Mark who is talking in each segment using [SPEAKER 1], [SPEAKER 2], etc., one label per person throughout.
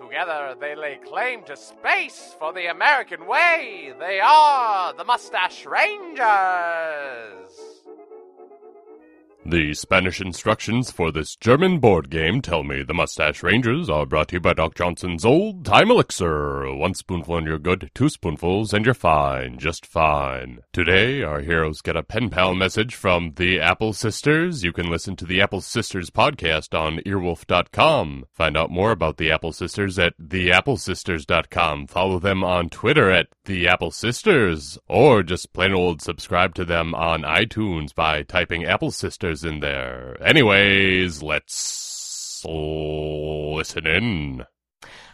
[SPEAKER 1] Together, they lay claim to space for the American way. They are the Mustache Rangers.
[SPEAKER 2] The Spanish instructions for this German board game tell me the Mustache Rangers are brought to you by Doc Johnson's Old Time Elixir. One spoonful and you're good, two spoonfuls and you're fine, just fine. Today, our heroes get a pen pal message from the Apple Sisters. You can listen to the Apple Sisters podcast on earwolf.com. Find out more about the Apple Sisters at theapplesisters.com. Follow them on Twitter at the Apple Sisters, or just plain old subscribe to them on iTunes by typing Apple Sisters in there. Anyways, let's listen in.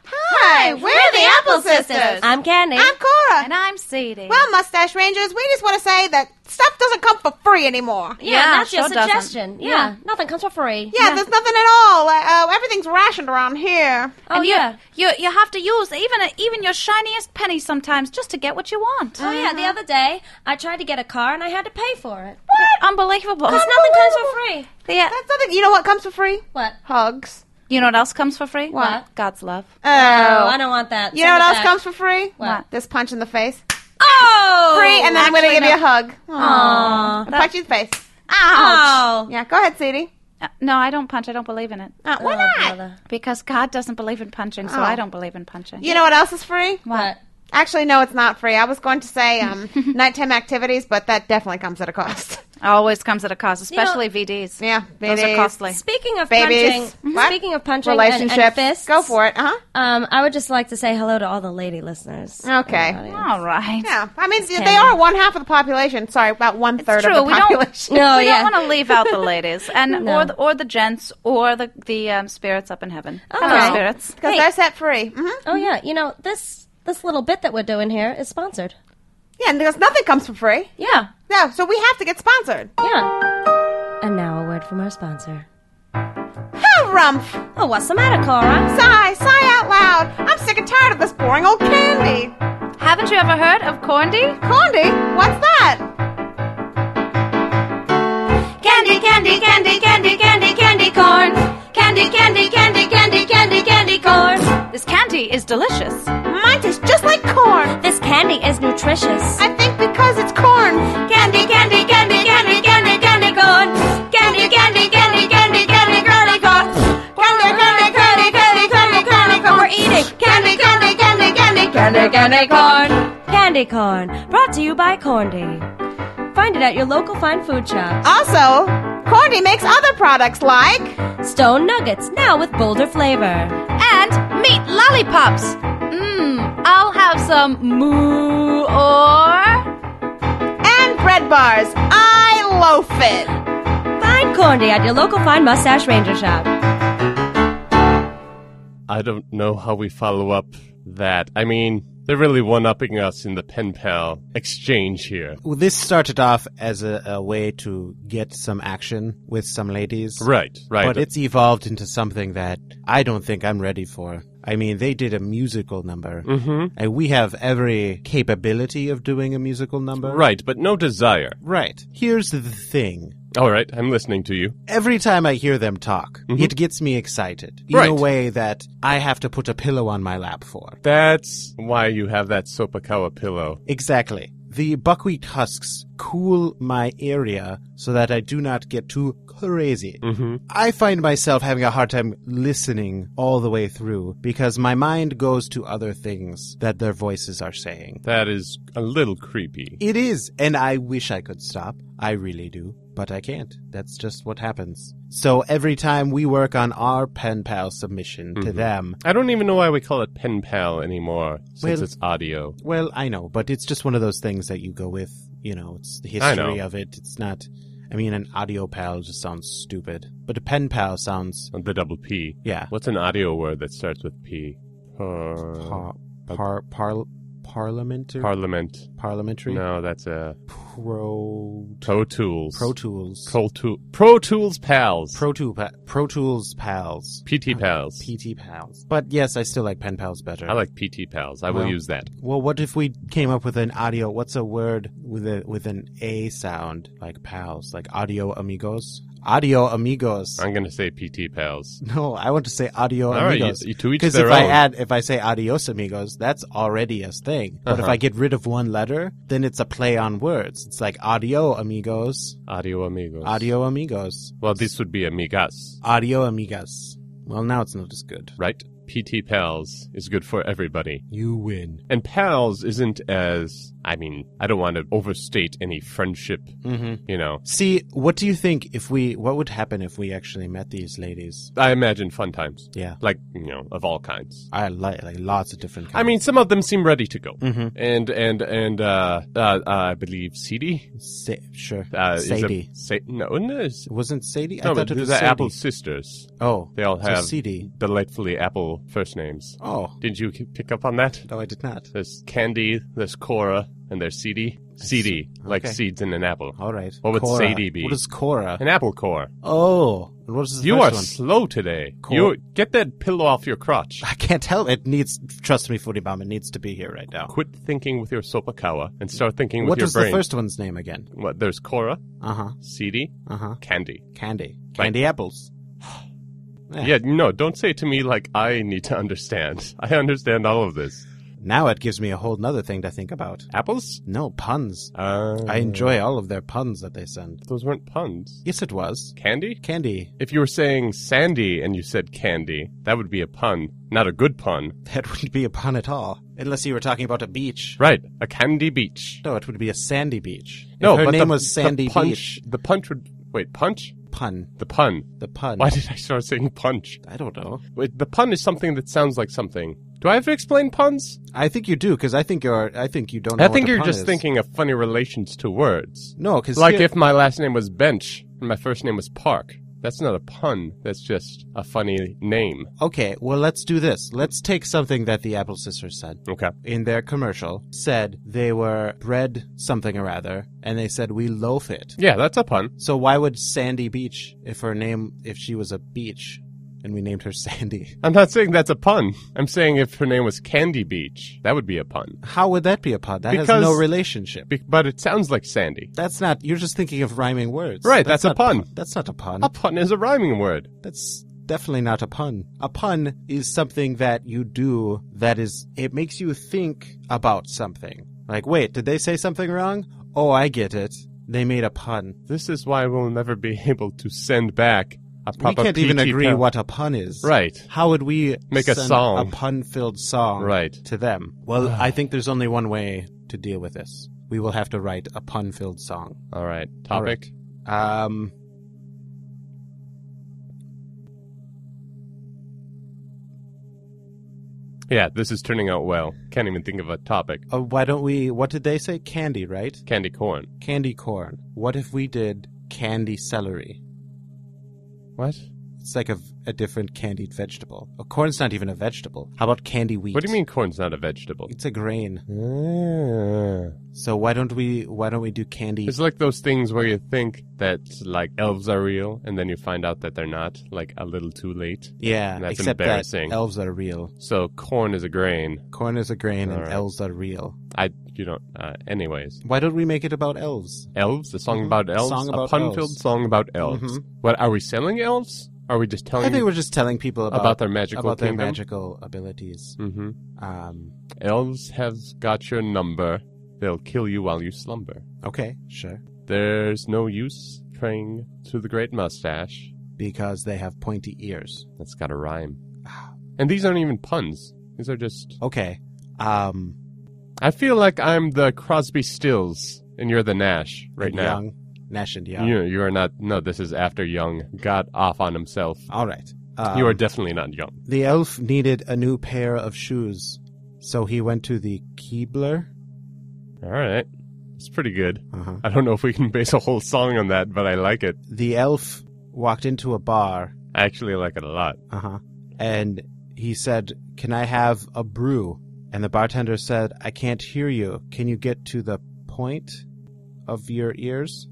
[SPEAKER 3] Hi, we're the Apple Sisters.
[SPEAKER 4] I'm Candy.
[SPEAKER 3] I'm Cora.
[SPEAKER 4] And I'm Sadie.
[SPEAKER 3] well, Mustache Rangers, we just want to say that stuff doesn't come for free anymore.
[SPEAKER 4] yeah,
[SPEAKER 5] Yeah,
[SPEAKER 4] that's your
[SPEAKER 5] sure doesn't.
[SPEAKER 4] suggestion. Yeah.
[SPEAKER 5] Yeah.
[SPEAKER 4] nothing comes for free.
[SPEAKER 3] Yeah, there's nothing at all. Uh, uh, everything's rationed around here.
[SPEAKER 4] Oh,
[SPEAKER 5] and you,
[SPEAKER 4] yeah.
[SPEAKER 5] you you have to use even even your shiniest penny sometimes just to get what you want. Mm.
[SPEAKER 4] Oh, yeah, the
[SPEAKER 3] Uh-huh.
[SPEAKER 4] other day I tried to get a car and I had to pay for it.
[SPEAKER 5] What? Unbelievable!
[SPEAKER 4] Because nothing comes for free.
[SPEAKER 5] Yeah.
[SPEAKER 3] That's nothing. You know what comes for free?
[SPEAKER 4] What?
[SPEAKER 3] Hugs.
[SPEAKER 5] You know what else comes for free?
[SPEAKER 3] What?
[SPEAKER 5] God's love.
[SPEAKER 3] Oh,
[SPEAKER 4] Oh, I don't want that.
[SPEAKER 3] You know
[SPEAKER 4] Send
[SPEAKER 3] what
[SPEAKER 4] it
[SPEAKER 3] else
[SPEAKER 4] back.
[SPEAKER 3] comes for free?
[SPEAKER 4] What?
[SPEAKER 3] This punch in the face.
[SPEAKER 5] Oh,
[SPEAKER 3] Free, and then I'm going to give you a hug.
[SPEAKER 4] Aw.
[SPEAKER 3] I'll punch you in the face.
[SPEAKER 4] Oh.
[SPEAKER 3] Yeah, go ahead, Sadie.
[SPEAKER 5] Uh, No, I don't punch. I don't believe in it
[SPEAKER 3] Uh, why not?
[SPEAKER 4] brother.
[SPEAKER 5] because God doesn't believe in punching, so
[SPEAKER 3] Oh.
[SPEAKER 5] I don't believe in punching.
[SPEAKER 3] You know what else is free?
[SPEAKER 4] What?
[SPEAKER 3] Actually, no, it's not free. I was going to say um, nighttime activities, but that definitely comes at a cost.
[SPEAKER 5] Always comes at a cost,
[SPEAKER 4] know-
[SPEAKER 5] especially VDs.
[SPEAKER 3] Yeah,
[SPEAKER 5] those
[SPEAKER 3] VDs.
[SPEAKER 5] are costly.
[SPEAKER 4] Speaking of
[SPEAKER 3] Babies.
[SPEAKER 4] punching,
[SPEAKER 3] What?
[SPEAKER 4] speaking of punching and-
[SPEAKER 3] Relationships.
[SPEAKER 4] and fists,
[SPEAKER 3] Go for it. Uh huh.
[SPEAKER 4] Um, I would just like to say hello to all the lady listeners.
[SPEAKER 3] Okay.
[SPEAKER 4] Everybody.
[SPEAKER 5] All right.
[SPEAKER 3] Yeah, I mean they
[SPEAKER 4] Tammy.
[SPEAKER 3] are one half of the population. Sorry, about one third
[SPEAKER 5] true,
[SPEAKER 3] of the
[SPEAKER 5] we don't-
[SPEAKER 3] population.
[SPEAKER 4] No,
[SPEAKER 5] we
[SPEAKER 4] yeah.
[SPEAKER 5] don't want to leave out the ladies and
[SPEAKER 4] No.
[SPEAKER 5] or the, or the gents or the the um, spirits up in heaven. Hello,
[SPEAKER 4] Okay.
[SPEAKER 5] spirits.
[SPEAKER 3] because
[SPEAKER 4] Hey.
[SPEAKER 3] they're set free. hmm
[SPEAKER 4] oh yeah, you know this this little bit that we're doing here is sponsored.
[SPEAKER 3] Yeah, and because nothing comes for free.
[SPEAKER 4] Yeah.
[SPEAKER 3] No, so we have to get sponsored.
[SPEAKER 4] Yeah. And now a word from our sponsor.
[SPEAKER 3] Hell, rumph!
[SPEAKER 4] Oh, what's the matter, Cora?
[SPEAKER 3] Sigh, sigh out loud. I'm sick and tired of this boring old candy.
[SPEAKER 5] Haven't you ever heard of Corndy?
[SPEAKER 3] Condi, what's that?
[SPEAKER 4] Candy, candy, candy, candy, candy, candy corn. Candy, candy, candy, candy, candy, candy corn.
[SPEAKER 5] This candy is delicious.
[SPEAKER 3] Mine tastes just like corn.
[SPEAKER 4] This candy is nutritious.
[SPEAKER 3] I think because it's corn.
[SPEAKER 4] Candy, candy, candy, candy, candy, candy corn. Candy, candy, candy, candy, candy, candy corn. Candy, candy, candy, candy, candy, candy corn. We're eating candy, candy, candy, candy, candy, candy corn. Candy corn. Brought to you by Corndy. Find it at your local fine food shop.
[SPEAKER 3] Also, Condi makes other products like
[SPEAKER 4] Stone nuggets now with bolder flavor.
[SPEAKER 5] And meat lollipops. Mmm, I'll have some moo or.
[SPEAKER 3] and bread bars. I loaf it.
[SPEAKER 4] Find Corndy at your local fine mustache ranger shop.
[SPEAKER 2] I don't know how we follow up that. I mean, they're really one upping us in the pen pal exchange here.
[SPEAKER 6] Well, this started off as a, a way to get some action with some ladies.
[SPEAKER 2] Right, right.
[SPEAKER 6] But it's evolved into something that I don't think I'm ready for. I mean, they did a musical number. Mm-hmm. And we have every capability of doing a musical number.
[SPEAKER 2] right, but no desire.
[SPEAKER 6] Right. Here's the thing.
[SPEAKER 2] All right, I'm listening to you.
[SPEAKER 6] Every time I hear them talk, it gets me excited in
[SPEAKER 2] Mm-hmm. Right.
[SPEAKER 6] a way that I have to put a pillow on my lap for.
[SPEAKER 2] That's why you have that Sopakawa pillow.
[SPEAKER 6] Exactly. The buckwheat husks cool my area so that I do not get too crazy. Mm-hmm. I find myself having a hard time listening all the way through because my mind goes to other things that their voices are saying.
[SPEAKER 2] That is a little creepy.
[SPEAKER 6] It is, and I wish I could stop. I really do, but I can't. That's just what happens. So every time we work on our pen pal submission to them,
[SPEAKER 2] I don't even know why we call it pen pal anymore, since
[SPEAKER 6] Well-
[SPEAKER 2] it's audio.
[SPEAKER 6] Well, I know, but it's just one of those things that you go with. You know, it's the
[SPEAKER 2] I know.
[SPEAKER 6] history of it. It's not. I mean, an audio pal just sounds stupid, but a pen pal sounds.
[SPEAKER 2] The double P.
[SPEAKER 6] Yeah.
[SPEAKER 2] What's an audio word that starts with P? Par-
[SPEAKER 6] Par, par, par, parliamentary?
[SPEAKER 2] Parliament.
[SPEAKER 6] parliamentary?
[SPEAKER 2] No, that's a
[SPEAKER 6] Pro,
[SPEAKER 2] Pro Tools.
[SPEAKER 6] Pro Tools.
[SPEAKER 2] Pro, Tool- Pro Tools pals.
[SPEAKER 6] Pro, Tool pa- Pro Tools pals.
[SPEAKER 2] PT pals.
[SPEAKER 6] PT pals. But yes, I still like pen pals better.
[SPEAKER 2] I like PT pals. I will
[SPEAKER 6] Well,
[SPEAKER 2] use that.
[SPEAKER 6] Well, what if we came up with an audio? What's a word with a with an a sound like pals, like audio amigos? Audio amigos.
[SPEAKER 2] I'm gonna say PT pals.
[SPEAKER 6] no, I want to say audio
[SPEAKER 2] All right,
[SPEAKER 6] amigos.
[SPEAKER 2] you- you- to each
[SPEAKER 6] Because
[SPEAKER 2] their
[SPEAKER 6] if I
[SPEAKER 2] own.
[SPEAKER 6] add, if I say adios amigos, that's already a thing. But
[SPEAKER 2] Uh-huh.
[SPEAKER 6] if I get rid of one letter, then it's a play on words. It's like audio amigos,
[SPEAKER 2] Audio amigos.
[SPEAKER 6] audio amigos,
[SPEAKER 2] Well, this would be amigas,
[SPEAKER 6] audio amigas. Well, now it's not as good.
[SPEAKER 2] right? PT pals is good for everybody.
[SPEAKER 6] You win.
[SPEAKER 2] And pals isn't as, I mean, I don't want to overstate any friendship,
[SPEAKER 6] hmm
[SPEAKER 2] you know.
[SPEAKER 6] See, what do you think if we? What would happen if we actually met these ladies?
[SPEAKER 2] I imagine fun times.
[SPEAKER 6] Yeah.
[SPEAKER 2] Like, you know, of all kinds.
[SPEAKER 6] I like like lots of different. Kinds.
[SPEAKER 2] I mean, some of them seem ready to go.
[SPEAKER 6] Mhm.
[SPEAKER 2] And, and, and, uh, uh, uh, I believe CD?
[SPEAKER 6] Sa- sure.
[SPEAKER 2] Uh,
[SPEAKER 6] Sadie.
[SPEAKER 2] Is a, Sa- no, no, it's,
[SPEAKER 6] Wasn't Sadie?
[SPEAKER 2] no,
[SPEAKER 6] I thought
[SPEAKER 2] but
[SPEAKER 6] it was
[SPEAKER 2] the
[SPEAKER 6] Sadie.
[SPEAKER 2] Apple sisters.
[SPEAKER 6] Oh,
[SPEAKER 2] They all
[SPEAKER 6] so
[SPEAKER 2] have
[SPEAKER 6] Sadie.
[SPEAKER 2] delightfully Apple first names.
[SPEAKER 6] Oh,
[SPEAKER 2] Did you k- pick up on that?
[SPEAKER 6] no, I did not.
[SPEAKER 2] There's Candy, there's Cora, and there's CD. CD, like
[SPEAKER 6] Okay.
[SPEAKER 2] seeds in an apple.
[SPEAKER 6] All right.
[SPEAKER 2] What would
[SPEAKER 6] Cora.
[SPEAKER 2] Sadie be?
[SPEAKER 6] What is Cora?
[SPEAKER 2] An apple core.
[SPEAKER 6] Oh, and what is the
[SPEAKER 2] You are
[SPEAKER 6] first one?
[SPEAKER 2] slow today.
[SPEAKER 6] Cor-
[SPEAKER 2] You get that pillow off your crotch.
[SPEAKER 6] I can't tell. It needs. Trust me, Foodie Bomb. It needs to be here right now.
[SPEAKER 2] Quit thinking with your sopakawa and start thinking with
[SPEAKER 6] What
[SPEAKER 2] your
[SPEAKER 6] was
[SPEAKER 2] brain.
[SPEAKER 6] the first one's name again?
[SPEAKER 2] What? There's Cora,
[SPEAKER 6] Uh huh.
[SPEAKER 2] CD,
[SPEAKER 6] Uh huh.
[SPEAKER 2] Candy.
[SPEAKER 6] Candy.
[SPEAKER 2] Right.
[SPEAKER 6] Candy apples. Yeah.
[SPEAKER 2] Yeah, no, don't say to me like I need to understand. I understand all of this.
[SPEAKER 6] Now it gives me a whole nother thing to think about.
[SPEAKER 2] Apples?
[SPEAKER 6] No puns.
[SPEAKER 2] Uh,
[SPEAKER 6] I enjoy all of their puns that they send.
[SPEAKER 2] Those weren't puns.
[SPEAKER 6] Yes, it was.
[SPEAKER 2] Candy?
[SPEAKER 6] Candy.
[SPEAKER 2] If you were saying Sandy and you said Candy, that would be a pun, not a good pun.
[SPEAKER 6] That wouldn't be a pun at all. Unless you were talking about a beach.
[SPEAKER 2] Right, a candy beach.
[SPEAKER 6] No, it would be a sandy beach. If
[SPEAKER 2] No,
[SPEAKER 6] her
[SPEAKER 2] but
[SPEAKER 6] name
[SPEAKER 2] the,
[SPEAKER 6] was Sandy
[SPEAKER 2] the punch,
[SPEAKER 6] Beach.
[SPEAKER 2] The punch would wait. Punch
[SPEAKER 6] Pun.
[SPEAKER 2] the pun.
[SPEAKER 6] The pun.
[SPEAKER 2] Why did I start saying punch?
[SPEAKER 6] I don't know.
[SPEAKER 2] Wait, the pun is something that sounds like something. Do I have to explain puns?
[SPEAKER 6] I think you do because I think you're. I think you don't. Know
[SPEAKER 2] I
[SPEAKER 6] what
[SPEAKER 2] think
[SPEAKER 6] a
[SPEAKER 2] you're
[SPEAKER 6] pun
[SPEAKER 2] just
[SPEAKER 6] is.
[SPEAKER 2] thinking of funny relations to words.
[SPEAKER 6] No, because
[SPEAKER 2] Like if my last name was Bench and my first name was Park. That's not a pun. That's just a funny name.
[SPEAKER 6] Okay, well, let's do this. Let's take something that the Apple Sisters said
[SPEAKER 2] Okay.
[SPEAKER 6] in their commercial. Said they were bread something or other, and they said we loaf it.
[SPEAKER 2] Yeah, that's a pun.
[SPEAKER 6] So why would Sandy Beach, if her name, if she was a beach, and we named her Sandy,
[SPEAKER 2] I'm not saying that's a pun. I'm saying if her name was Candy Beach, that would be a pun.
[SPEAKER 6] how would that be a pun? That has
[SPEAKER 2] Because-
[SPEAKER 6] no relationship.
[SPEAKER 2] Be- but it sounds like Sandy.
[SPEAKER 6] That's not. You're just thinking of rhyming words.
[SPEAKER 2] Right, that's a
[SPEAKER 6] not
[SPEAKER 2] pun.
[SPEAKER 6] That's not a pun.
[SPEAKER 2] A pun is a rhyming word.
[SPEAKER 6] That's definitely not a pun. A pun is something that you do that is, it makes you think about something. Like, wait, did they say something wrong? Oh, I get it. They made a pun.
[SPEAKER 2] This is why we'll never be able to send back a proper
[SPEAKER 6] we can't even
[SPEAKER 2] PT
[SPEAKER 6] agree
[SPEAKER 2] pal.
[SPEAKER 6] what a pun is.
[SPEAKER 2] Right.
[SPEAKER 6] How would we
[SPEAKER 2] Make a
[SPEAKER 6] send
[SPEAKER 2] song.
[SPEAKER 6] a pun-filled song
[SPEAKER 2] Right. Ah.
[SPEAKER 6] to them? Well, I think there's only one way to deal with this. We will have to write a pun-filled song.
[SPEAKER 2] All right.
[SPEAKER 6] All
[SPEAKER 2] Topic.
[SPEAKER 6] right. Um,
[SPEAKER 2] Yeah, this is turning out well. Can't even think of a topic.
[SPEAKER 6] uh, why don't we? What did they say? Candy, right?
[SPEAKER 2] Candy corn.
[SPEAKER 6] Candy corn. What if we did candy celery?
[SPEAKER 2] What?
[SPEAKER 6] It's like a, a different candied vegetable. A corn's not even a vegetable. How about candy wheat?
[SPEAKER 2] What do you mean corn's not a vegetable? Ah.
[SPEAKER 6] It's a grain. So why don't we why don't we do candy?
[SPEAKER 2] It's like those things where you think that like elves are real, and then you find out that they're not. Like a little too late.
[SPEAKER 6] yeah,
[SPEAKER 2] That's
[SPEAKER 6] except
[SPEAKER 2] embarrassing.
[SPEAKER 6] that elves are real.
[SPEAKER 2] So corn is a grain.
[SPEAKER 6] Corn is a grain and
[SPEAKER 2] Alright.
[SPEAKER 6] elves are real.
[SPEAKER 2] I you don't. Uh, anyways,
[SPEAKER 6] Why don't we make it about elves?
[SPEAKER 2] elves. A song
[SPEAKER 6] Mhm.
[SPEAKER 2] about elves.
[SPEAKER 6] Song
[SPEAKER 2] a
[SPEAKER 6] about
[SPEAKER 2] pun-filled
[SPEAKER 6] elves.
[SPEAKER 2] song about elves.
[SPEAKER 6] Mhm.
[SPEAKER 2] What are we selling elves? Are we just telling
[SPEAKER 6] I think we're just telling people about,
[SPEAKER 2] Oh, about their magical
[SPEAKER 6] about their
[SPEAKER 2] kingdom?
[SPEAKER 6] magical abilities.
[SPEAKER 2] Mm-hmm.
[SPEAKER 6] Um,
[SPEAKER 2] Elves have got your number. They'll kill you while you slumber.
[SPEAKER 6] okay, sure.
[SPEAKER 2] There's no use praying to the great mustache.
[SPEAKER 6] Because they have pointy ears.
[SPEAKER 2] That's got a rhyme. And these aren't even puns. These are just.
[SPEAKER 6] Okay. Um,
[SPEAKER 2] I feel like I'm the Crosby Stills, and you're the Nash right
[SPEAKER 6] and
[SPEAKER 2] now.
[SPEAKER 6] Young, Nash and Young.
[SPEAKER 2] You, you are not. No, this is after Young got off on himself.
[SPEAKER 6] All right. Um,
[SPEAKER 2] you are definitely not Young.
[SPEAKER 6] The elf needed a new pair of shoes, so he went to the Keebler.
[SPEAKER 2] All right. It's pretty good.
[SPEAKER 6] Uh-huh.
[SPEAKER 2] I don't know if we can base a whole song on that, but I like it.
[SPEAKER 6] The elf walked into a bar,
[SPEAKER 2] I actually like it a lot.
[SPEAKER 6] uh-huh, and he said, Can I have a brew? And the bartender said, I can't hear you. Can you get to the point of your ears?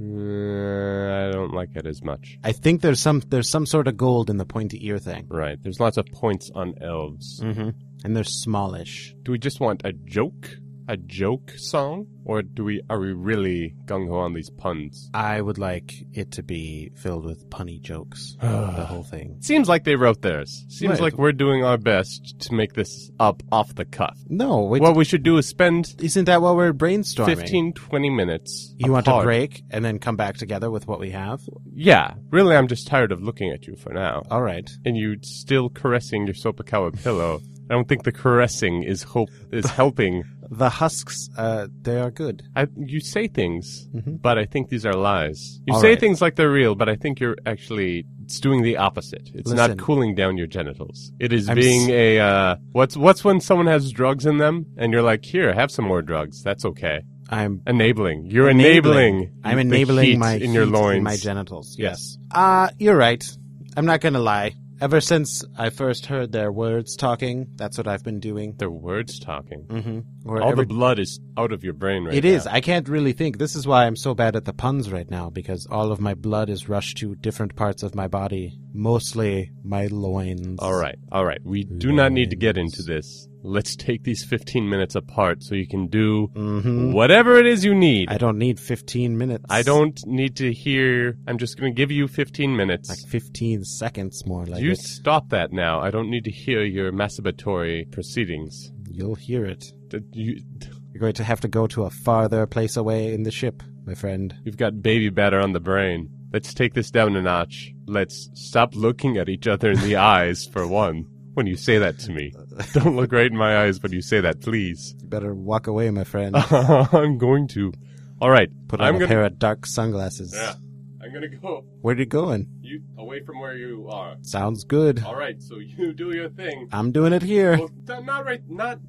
[SPEAKER 2] Uh, I don't like it as much.
[SPEAKER 6] I think there's some there's some sort of gold in the pointy ear thing.
[SPEAKER 2] Right. There's lots of points on elves.
[SPEAKER 6] Mm-hmm. And they're smallish.
[SPEAKER 2] Do we just want a joke? A joke song? Or do we are we really gung ho on these puns?
[SPEAKER 6] I would like it to be filled with punny jokes. the whole thing.
[SPEAKER 2] Seems like they wrote theirs. Seems
[SPEAKER 6] Right.
[SPEAKER 2] like we're doing our best to make this up off the cuff.
[SPEAKER 6] No, wait,
[SPEAKER 2] What we should do is spend
[SPEAKER 6] isn't that what we're brainstorming?
[SPEAKER 2] 15, 20 minutes.
[SPEAKER 6] You want to
[SPEAKER 2] apart.
[SPEAKER 6] break and then come back together with what we have?
[SPEAKER 2] Yeah. Really, I'm just tired of looking at you for now.
[SPEAKER 6] All right.
[SPEAKER 2] and you still caressing your Sopakawa pillow. I don't think the caressing is hope is helping.
[SPEAKER 6] The husks, uh, they are good.
[SPEAKER 2] I, you say things,
[SPEAKER 6] Mhm.
[SPEAKER 2] but I think these are lies. You
[SPEAKER 6] All
[SPEAKER 2] say
[SPEAKER 6] right.
[SPEAKER 2] things like they're real, but I think you're actually it's doing the opposite. It's
[SPEAKER 6] Listen.
[SPEAKER 2] not cooling down your genitals. It is
[SPEAKER 6] I'm
[SPEAKER 2] being
[SPEAKER 6] s-
[SPEAKER 2] a uh, what's what's when someone has drugs in them and you're like, here, have some more drugs. That's okay.
[SPEAKER 6] I'm
[SPEAKER 2] Enabling. You're enabling.
[SPEAKER 6] I'm
[SPEAKER 2] the
[SPEAKER 6] enabling
[SPEAKER 2] heat
[SPEAKER 6] my
[SPEAKER 2] in your
[SPEAKER 6] heat
[SPEAKER 2] loins.
[SPEAKER 6] in my genitals.
[SPEAKER 2] Yes.
[SPEAKER 6] Yes. Uh you're right. I'm not gonna lie. Ever since I first heard their words talking, that's what I've been doing.
[SPEAKER 2] Their words talking.
[SPEAKER 6] Mm-hmm.
[SPEAKER 2] All the blood is out of your brain right
[SPEAKER 6] It
[SPEAKER 2] now.
[SPEAKER 6] is. I can't really think. This is why I'm so bad at the puns right now because all of my blood is rushed to different parts of my body, mostly my loins.
[SPEAKER 2] All right, all right. We do not need to get into this. Let's take these 15 minutes apart so you can do
[SPEAKER 6] Mm-hmm.
[SPEAKER 2] whatever it is you need.
[SPEAKER 6] I don't need 15 minutes.
[SPEAKER 2] I don't need to hear. I'm just going to give you 15 minutes.
[SPEAKER 6] like 15 seconds more like
[SPEAKER 2] you
[SPEAKER 6] it.
[SPEAKER 2] stop that now. I don't need to hear your masturbatory proceedings.
[SPEAKER 6] You'll hear it.
[SPEAKER 2] That You,
[SPEAKER 6] You're going to have to go to a farther place away in the ship, my friend.
[SPEAKER 2] you've got baby batter on the brain. Let's take this down a notch. Let's stop looking at each other in the eyes, for one, when you say that to me. Don't look right in my eyes when you say that, please.
[SPEAKER 6] You better walk away, my friend.
[SPEAKER 2] I'm going to. All right.
[SPEAKER 6] Put on
[SPEAKER 2] I'm
[SPEAKER 6] a
[SPEAKER 2] gonna,
[SPEAKER 6] pair of dark sunglasses.
[SPEAKER 2] Yeah. I'm gonna go
[SPEAKER 6] Where are you going?
[SPEAKER 2] you away from where you are.
[SPEAKER 6] Sounds good.
[SPEAKER 2] All right, so you do your thing.
[SPEAKER 6] I'm doing it here.
[SPEAKER 2] Well, th- not right. Not.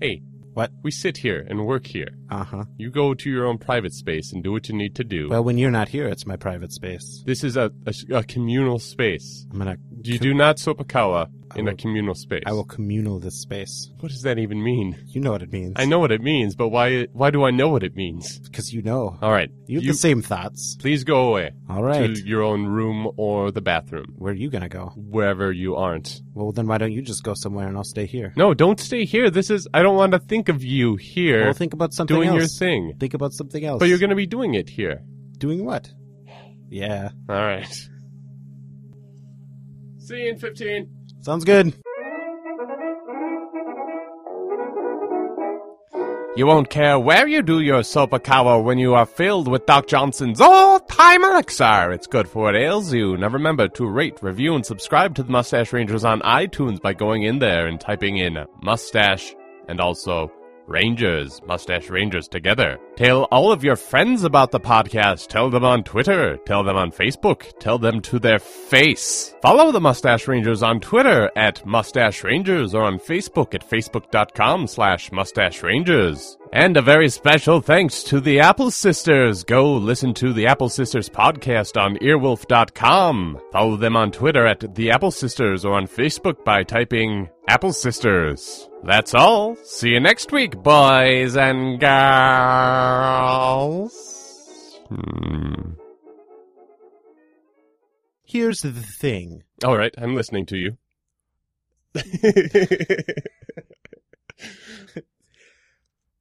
[SPEAKER 2] Hey.
[SPEAKER 6] What?
[SPEAKER 2] We sit here and work here.
[SPEAKER 6] Uh huh.
[SPEAKER 2] You go to your own private space and do what you need to do.
[SPEAKER 6] Well, when you're not here, it's my private space.
[SPEAKER 2] this is a, a s- a communal space.
[SPEAKER 6] I'm gonna.
[SPEAKER 2] You do not sopakawa
[SPEAKER 6] I
[SPEAKER 2] in a
[SPEAKER 6] will-
[SPEAKER 2] communal space.
[SPEAKER 6] I will communal this space.
[SPEAKER 2] What does that even mean?
[SPEAKER 6] You know what it means.
[SPEAKER 2] I know what it means, but why? Why do I know what it means?
[SPEAKER 6] because you know.
[SPEAKER 2] All right.
[SPEAKER 6] You have the same thoughts.
[SPEAKER 2] please go away
[SPEAKER 6] All right.
[SPEAKER 2] to your own room or the bathroom,
[SPEAKER 6] Where are you gonna go?
[SPEAKER 2] wherever you aren't.
[SPEAKER 6] Well, then why don't you just go somewhere and I'll stay here?
[SPEAKER 2] No, don't stay here. This is I don't want to think of you here
[SPEAKER 6] Well, think about something
[SPEAKER 2] doing
[SPEAKER 6] else.
[SPEAKER 2] your thing.
[SPEAKER 6] Think about something else.
[SPEAKER 2] But you're going to be doing it here.
[SPEAKER 6] doing what? Yeah.
[SPEAKER 2] All right. See you in 15.
[SPEAKER 6] Sounds good.
[SPEAKER 2] You won't care where you do your sopakawa when you are filled with Doc Johnson's all-time elixir. It's good for what ails you. Now remember to rate, review, and subscribe to the Mustache Rangers on iTunes by going in there and typing in mustache and also Rangers, Mustache Rangers together. Tell all of your friends about the podcast. Tell them on Twitter. Tell them on Facebook. Tell them to their face. Follow the Mustache Rangers on Twitter at Mustache Rangers or on Facebook at facebook.com slash Mustache Rangers. And a very special thanks to the Apple Sisters. Go listen to the Apple Sisters podcast on earwolf.com. Follow them on Twitter at the Apple Sisters or on Facebook by typing Apple Sisters. That's all. See you next week, boys and girls. Hmm.
[SPEAKER 6] Here's the thing.
[SPEAKER 2] All right, I'm listening to you.